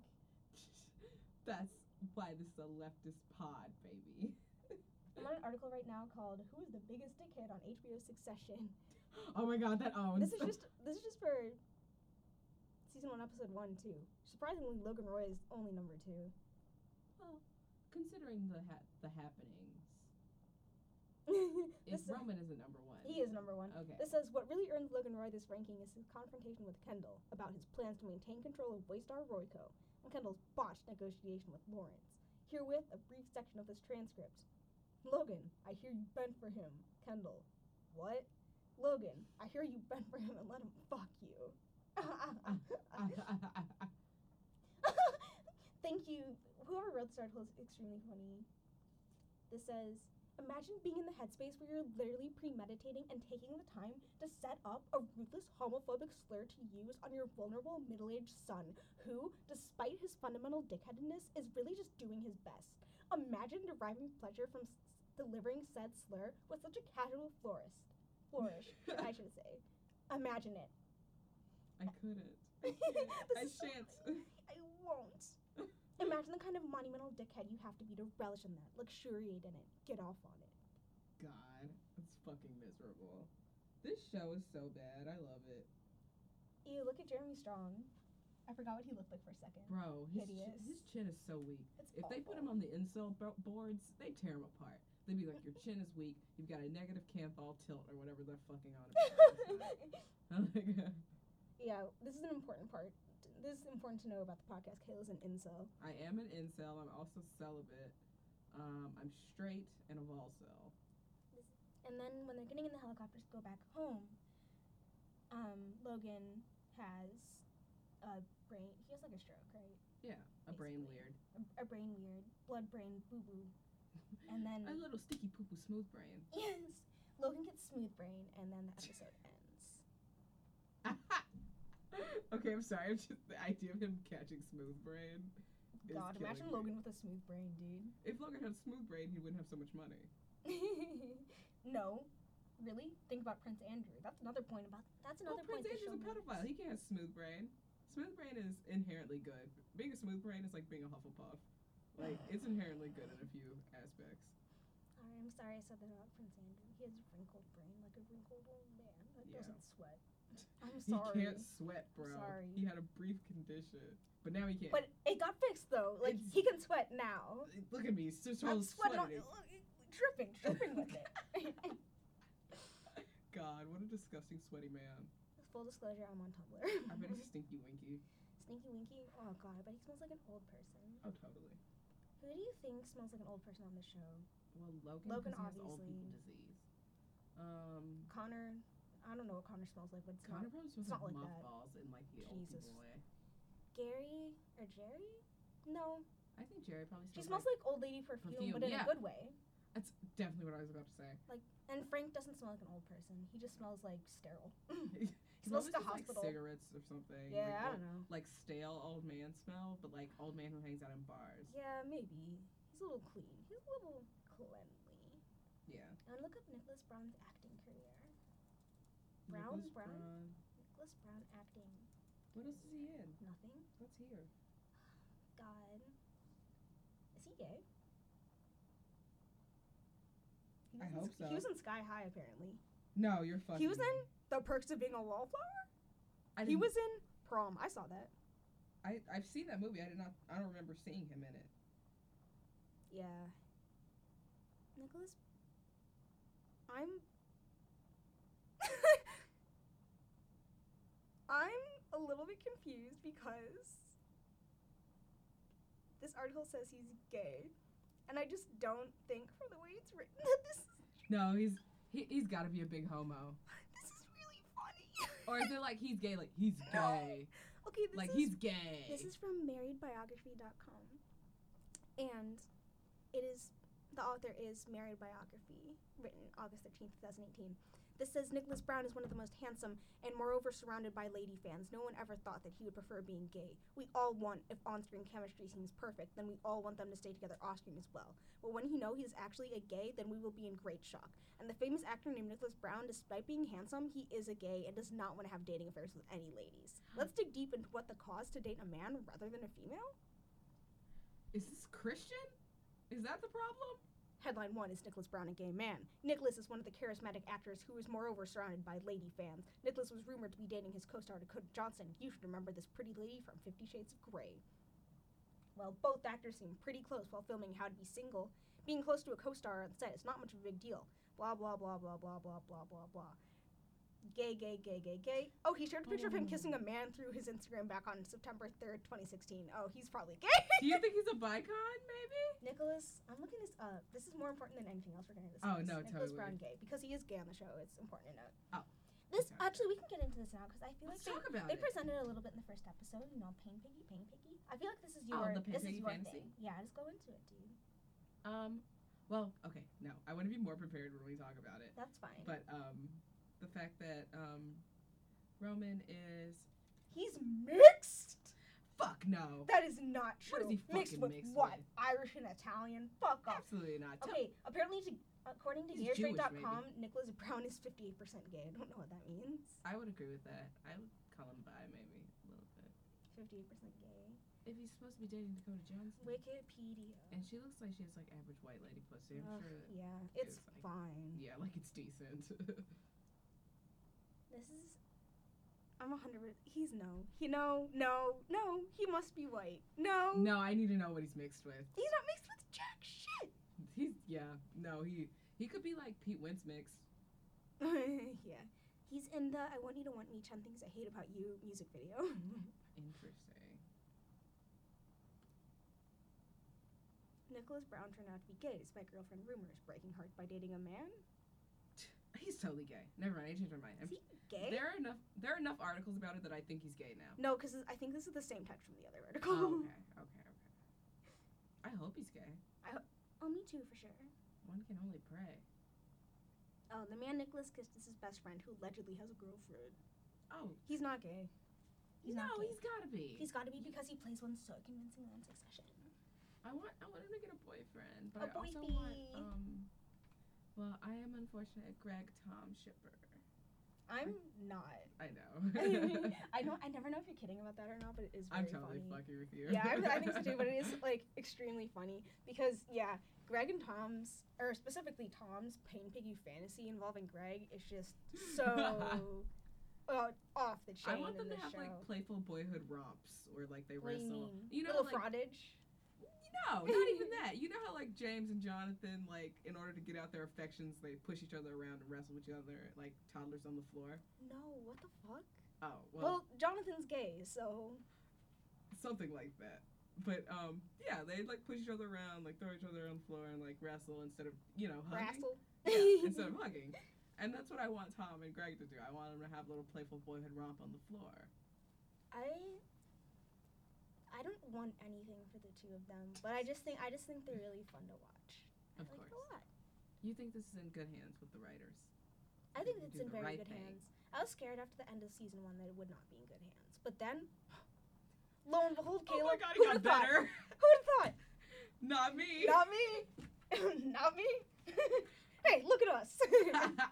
That's why this is a leftist pod, baby.
I'm on an article right now called "Who is the biggest dickhead on HBO Succession?"
Oh my god, that owns.
This is just this is just for season one, episode one, too. Surprisingly, Logan Roy is only number two.
considering the ha- the happenings.
this
If
is,
Roman isn't number one,
he is number one.
Okay.
This says what really earned Logan Roy this ranking is his confrontation with Kendall about his plans to maintain control of Waystar Royco and Kendall's botched negotiation with Lawrence. Herewith, a brief section of this transcript. Logan, I hear you bent for him. Kendall, what? Logan, I hear you bent for him and let him fuck you. Thank you. Whoever wrote this article is extremely funny. This says Imagine being in the headspace where you're literally premeditating and taking the time to set up a ruthless homophobic slur to use on your vulnerable middle aged son, who, despite his fundamental dickheadedness, is really just doing his best. Imagine deriving pleasure from s- delivering said slur with such a casual florist. Flourish, I should say. Imagine it.
I couldn't. I, can't. I
This is so
shan't.
I won't. Imagine the kind of monumental dickhead you have to be to relish in that, luxuriate in it, get off on it.
God, it's fucking miserable. This show is so bad. I love it,
Ew, look at Jeremy Strong. I forgot what he looked like for a second.
bro. His chin,
Hideous.
his chin is so weak.
It's
If they put
awful.
him on the insole bo- boards, they tear him apart. They'd be like, "Your chin is weak. You've got a negative camp all tilt or whatever they're fucking on." About. I'm like,
yeah, this is an important part. This is important to know about the podcast. Kayla's an incel.
I am an incel. I'm also celibate. Um, I'm straight and a vol cell.
And then when they're getting in the helicopters to go back home, um, Logan has a brain. He has like a stroke, right?
Yeah, a brain
Basically.
weird.
A, a brain weird, blood brain boo boo. And then
a little sticky poo poo smooth brain.
Yes. Logan gets smooth brain, and then the episode ends.
okay, I'm sorry. I'm just, the idea of him catching smooth brain. is
God,
killing
imagine
me.
Logan with a smooth brain, dude.
If Logan had smooth brain, he wouldn't have so much money.
no, really? Think about Prince Andrew. That's another point about. That's another
well, Prince
point. to
Andrew's a
show me.
pedophile. He can't have smooth brain. Smooth brain is inherently good. Being a smooth brain is like being a Hufflepuff. Like it's inherently good in a few aspects.
Alright, I'm sorry I said that about Prince Andrew. He has a wrinkled brain, like a wrinkled old man that
Yeah.
doesn't sweat. I'm
He
sorry.
can't sweat, bro.
sorry.
He had a brief condition, but now he can't.
But it got fixed though. Like
It's-
he can sweat now.
Look at me, he's just all
I'm sweating, on,
sweaty.
dripping, dripping with it.
God, what a disgusting sweaty man.
Full disclosure, I'm on Tumblr.
I bet he's stinky winky.
Stinky Winky. Oh god, I bet he smells like an old person.
Oh, totally.
Who do you think smells like an old person on the show?
Well, Logan,
Logan,
'cause he has old
obviously.
people disease. Um,
Connor. I don't know what Connor smells like, but it's
Connor
not
probably smells
it's not
like
like that.
mothballs in like the old
Jesus.
people way.
Gary or Jerry. No,
I think Jerry probably
she
smells.
smells like old lady perfume,
Perfume,
but in
yeah.
a good way.
That's definitely what I was about to say.
And Frank doesn't smell like an old person. He just smells like sterile.
he
Smells like
probably
a
smells
hospital.
cigarettes or something.
yeah,
like,
I
old-
don't know.
like stale old man smell, but like old man who hangs out in bars.
Yeah, maybe he's a little clean. He's a little cleanly.
Yeah.
And look up Nicholas Brown's acting career. Brown,
Nicholas
brown? Nicholas Brown acting
What else is he in?
nothing.
What's here?
God, is he gay? He
I
was in
hope
Sk-
so.
He was in Sky High apparently.
No, you're fucking.
He was in The Perks of Being a Wallflower.
I
He
didn't-
was in Prom. I saw that.
I I've seen that movie. I did not. I don't remember seeing him in it.
Yeah. Nicholas. I'm. I'm a little bit confused because this article says he's gay, and I just don't think from the way it's written that this is,
No, he's he, he's got to be a big homo.
this is really funny.
or is it like he's gay? Like he's gay.
Okay, this
like
is
he's gay.
This is from marriedbiography.com. And it is the author is Married Biography, written August 13th, 2018. This says Nicholas Brown is one of the most handsome and moreover surrounded by lady fans. No one ever thought that he would prefer being gay. We all want if on-screen chemistry seems perfect, then we all want them to stay together off-screen as well. But when he know he is actually a gay, then we will be in great shock. And the famous actor named Nicholas Brown, despite being handsome, he is a gay and does not want to have dating affairs with any ladies. Let's dig deep into what the cause to date a man rather than a female?
Is this Christian? Is that the problem?
Headline one is Nicholas Brown, a gay man. Nicholas is one of the charismatic actors who is moreover surrounded by lady fans. Nicholas was rumored to be dating his co-star Dakota Johnson. You should remember this pretty lady from Fifty Shades of Grey. Well, both actors seemed pretty close while filming How to Be Single. Being close to a co-star on set is not much of a big deal. Blah blah blah blah blah blah blah blah blah. Gay, gay, gay, gay, gay. Oh, he shared a picture of
Mm.
him kissing a man through his Instagram back on September 3rd, 2016. Oh, he's probably gay.
Do you think he's a bicon? Maybe.
Nicholas, I'm looking this up. This is more important than anything else we're going to
Oh,
discuss.
no,
Nicholas
totally.
Brown gay because he is gay on the show. It's important to note.
Oh,
This
okay.
actually, we can get into this now because I feel
Let's
like
talk about
they,
it.
they presented it a little bit in the first episode. You know, pain piggy, pain piggy. I feel like this is
Oh,
your
the pain
this
piggy
is your
fantasy?
thing. Yeah, just go into it, dude.
Um. Well, okay. No, I want to be more prepared when we talk about it.
That's fine.
But um, the fact that um, Roman is
He's mixed?
fuck no.
That is not true.
What is he
mixed
fucking
with
mixed
what?
with?
Irish and Italian? Fuck off.
Absolutely not. Tell-
Okay, apparently, to, according to
He's
GearStrait.com, Nicholas Brown is 58% gay. I don't know what that means.
I would agree with that. I would call him bi maybe a little bit.
58% gay.
If he's supposed to be dating Dakota Johnson,
Wikipedia.
and she looks like she has like average white lady pussy. I'm
Ugh,
sure.
yeah, it's
is, like-
fine.
Yeah, like it's decent.
This is. I'm 100%. He's no. He, no, no, no. He must be white. No.
no, I need to know what he's mixed with.
He's not mixed with jack shit.
He's yeah. No, he he could be like Pete Wentz mixed.
yeah. He's in the I Want You to Want Me 10 Things I Hate About You music video.
Interesting.
Nicholas Brown turned out to be gay despite girlfriend rumors, breaking heart by dating a man.
He's totally gay. Never mind. I changed my mind. I'm-
Is he gay?
There are enough. There are enough articles about it that I think he's gay now.
no, because I think this is the same text from the other article.
Oh, okay. Okay. Okay. I hope he's gay.
oh, me too, for sure.
One can only pray.
Oh, the man Nicholas kissed is his best friend who allegedly has a girlfriend.
Oh
He's not gay.
He's
no,
not gay.
he's gotta be.
He's got to be because he plays one so convincingly on Succession.
I want. I want him to get a boyfriend, but
A
I also
boyfie.
want. Um. Well, I am unfortunate a Greg Tom shipper.
I'm not.
I know.
I don't. I never know if you're kidding about that or not, but it is
I'm
very
totally
funny.
fucking with you.
yeah, I, I think so too. But it is like extremely funny because yeah, Greg and Tom's, or specifically Tom's pain piggy fantasy involving Greg is just so uh, off the
I
chain
want them to
in the
have
show.
like playful boyhood romps where like they
What do you
wrestle.
mean?
You know,
Little
like,
fraudage.
No, not even that. You know how like James and Jonathan, like in order to get out their affections, they push each other around and wrestle with each other like toddlers on the floor.
No, what the fuck?
Oh well,
Well, Jonathan's gay, so
something like that. But um, yeah, they like push each other around, like throw each other on the floor and like wrestle instead of you know hugging.
wrestle.
Yeah, instead of hugging. And that's what I want Tom and Greg to do. I want them to have a little playful boyhood romp on the floor.
I I don't want anything for the two of them, but I just think I just think they're really fun to watch.
Of
I like
course.
it a lot.
You think this is in good hands with the writers?
I think
You
it's
do the
in
right
very good
thing.
hands. I was scared after the end of season one that it would not be in good hands, but then, lo and behold, Caleb.
oh my god,
who
it got
would've thought?
better.
Who would have thought?
Not me.
Not me. not me. hey, look at us.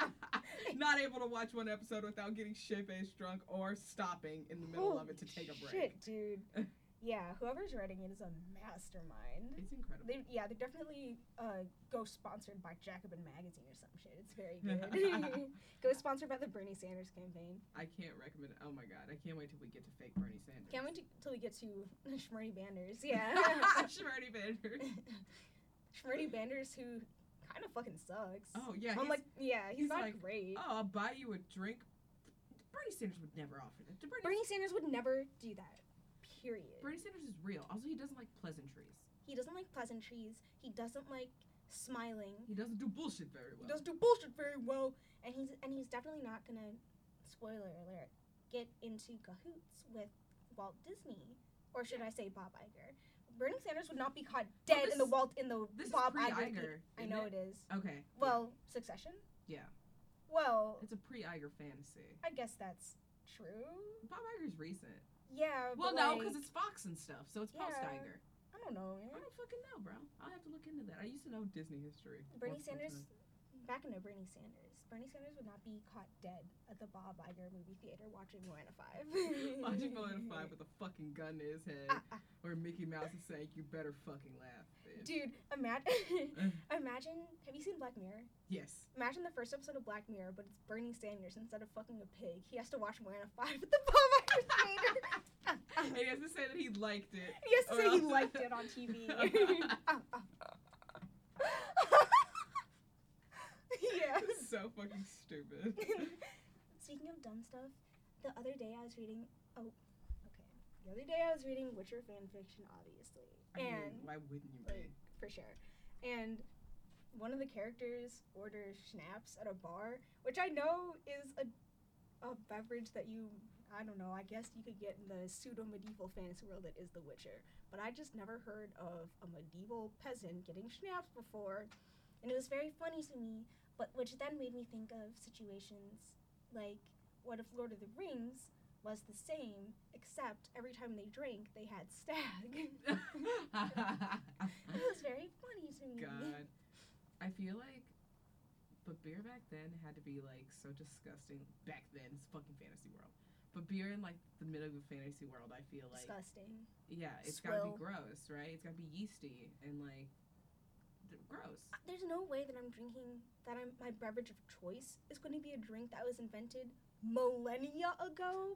Not able to watch one episode without getting shit faced drunk or stopping in the middle of it to take a
Holy
break.
Shit, dude. yeah, whoever's writing it is a mastermind.
It's incredible.
They, yeah, they're definitely uh, go sponsored by Jacobin magazine or some shit. It's very good. go sponsored by the Bernie Sanders campaign.
I can't recommend. Oh my god, I can't wait till we get to fake Bernie Sanders.
Can't wait to, till we get to Shmurdy Banders. Yeah.
Shmarty Sanders.
Shmurdy Banders, who kind of fucking sucks.
Oh yeah. he's-
I'm like, yeah,
he's
he's, not
like,
great.
oh, I'll buy you a drink. Bernie Sanders would never offer that. To Bernie,
Bernie Sanders would never do that. Period.
Bernie Sanders is real. Also, he doesn't like pleasantries.
He doesn't like pleasantries. He doesn't like smiling.
He doesn't do bullshit very well.
He does do bullshit very well, and he's and he's definitely not gonna. Spoiler alert. get into cahoots with Walt Disney, or should I say Bob Iger? Bernie Sanders would not be caught dead in the
this-
Walt in the
this is
Bob
pre-Iger,
Iger. deep- I
isn't
know
it? Oh,
it is.
Okay.
Well, Succession.
Yeah.
Well,
It's a pre-Iger fantasy.
I guess that's true.
Bob Iger's recent.
Yeah.
Well,
but
no,
like,
because it's Fox and stuff, so it's
Yeah.
post-Iger.
I don't know. man.
I don't fucking know, bro. I'll have to look into that. I used to know Disney history.
Bernie
Once upon a
Sanders, back into Bernie Sanders. Bernie Sanders would not be caught dead at the Bob Iger movie theater watching Moana Five.
time. Watching Moana 5 with a fucking gun to his head,
Ah, ah.
where Mickey Mouse is saying, you better fucking laugh, bitch.
Dude,
Mm.
imagine. imagine. Have you seen Black Mirror?
yes.
Imagine the first episode of Black Mirror, but it's Bernie Sanders instead of fucking a pig. He has to watch Moana Five at the Bob Iger theater. Ah, ah.
And he has to say that he liked it.
He has to
or
say he
else-
liked it on TV. Ah, ah.
This
yes.
is so fucking stupid.
Speaking of dumb stuff, the other day I was reading. Oh, okay. The other day I was reading Witcher fanfiction, obviously,
I mean,
and
why wouldn't you be?
like for sure. And one of the characters orders schnapps at a bar, which I know is a a beverage that you I don't know, I guess you could get in the pseudo medieval fantasy world that is The Witcher. But I just never heard of a medieval peasant getting schnapps before. And it was very funny to me, but which then made me think of situations like what if Lord of the Rings was the same, except every time they drank they had stag. It was very funny to me.
God. I feel like, but beer back then had to be like so disgusting. Back then, it's fucking fantasy world. But beer in like the medieval fantasy world, I feel like
Disgusting.
yeah, it's got to be
Swill.
gross, right? It's got to be yeasty and like th- gross.
There's no way that I'm drinking that I'm my beverage of choice is going to be a drink that was invented millennia ago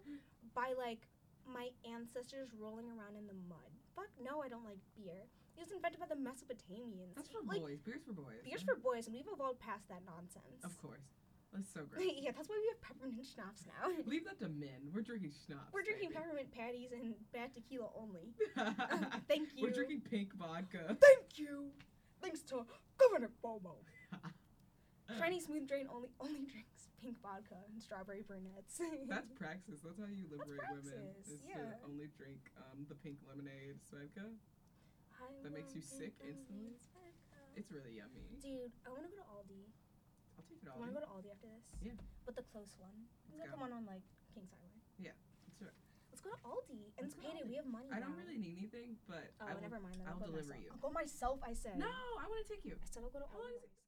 by like my ancestors rolling around in the mud. Fuck no, I don't like beer. It was invented by the Mesopotamians.
That's for
like
boys. Beer's for boys.
beer's for boys, and we've evolved past that nonsense.
of course. That's so gross.
yeah, that's why we have peppermint schnapps now.
Leave that to men. We're drinking schnapps.
We're drinking
baby.
peppermint patties and bad tequila only. Um, thank
We're
you.
drinking pink vodka.
Thank you. Thanks to Governor Bobo. Shiny Smooth Drain only only drinks pink vodka and strawberry brunettes.
That's praxis. That's how you liberate women.
praxis,
Is to
yeah.
only drink um, the pink lemonade vodka. that makes you sick instantly? It's really yummy.
Dude, I want to go to Aldi.
I'll take it
I
all.
want to go to Aldi after this.
Yeah.
But the close one. I'm
Let's
gonna
go.
come on on like King's Highway.
Let's do it.
Let's go to Aldi. And
Let's
it's
go to
payday.
Aldi.
We have money.
I don't
now.
really need anything, but
Oh,
I will.
never mind. Then
I
I'll
will
go
deliver
myself.
you.
I'll go myself. I said.
No, I want to take you.
I said I'll go to
How long is
Aldi.
it?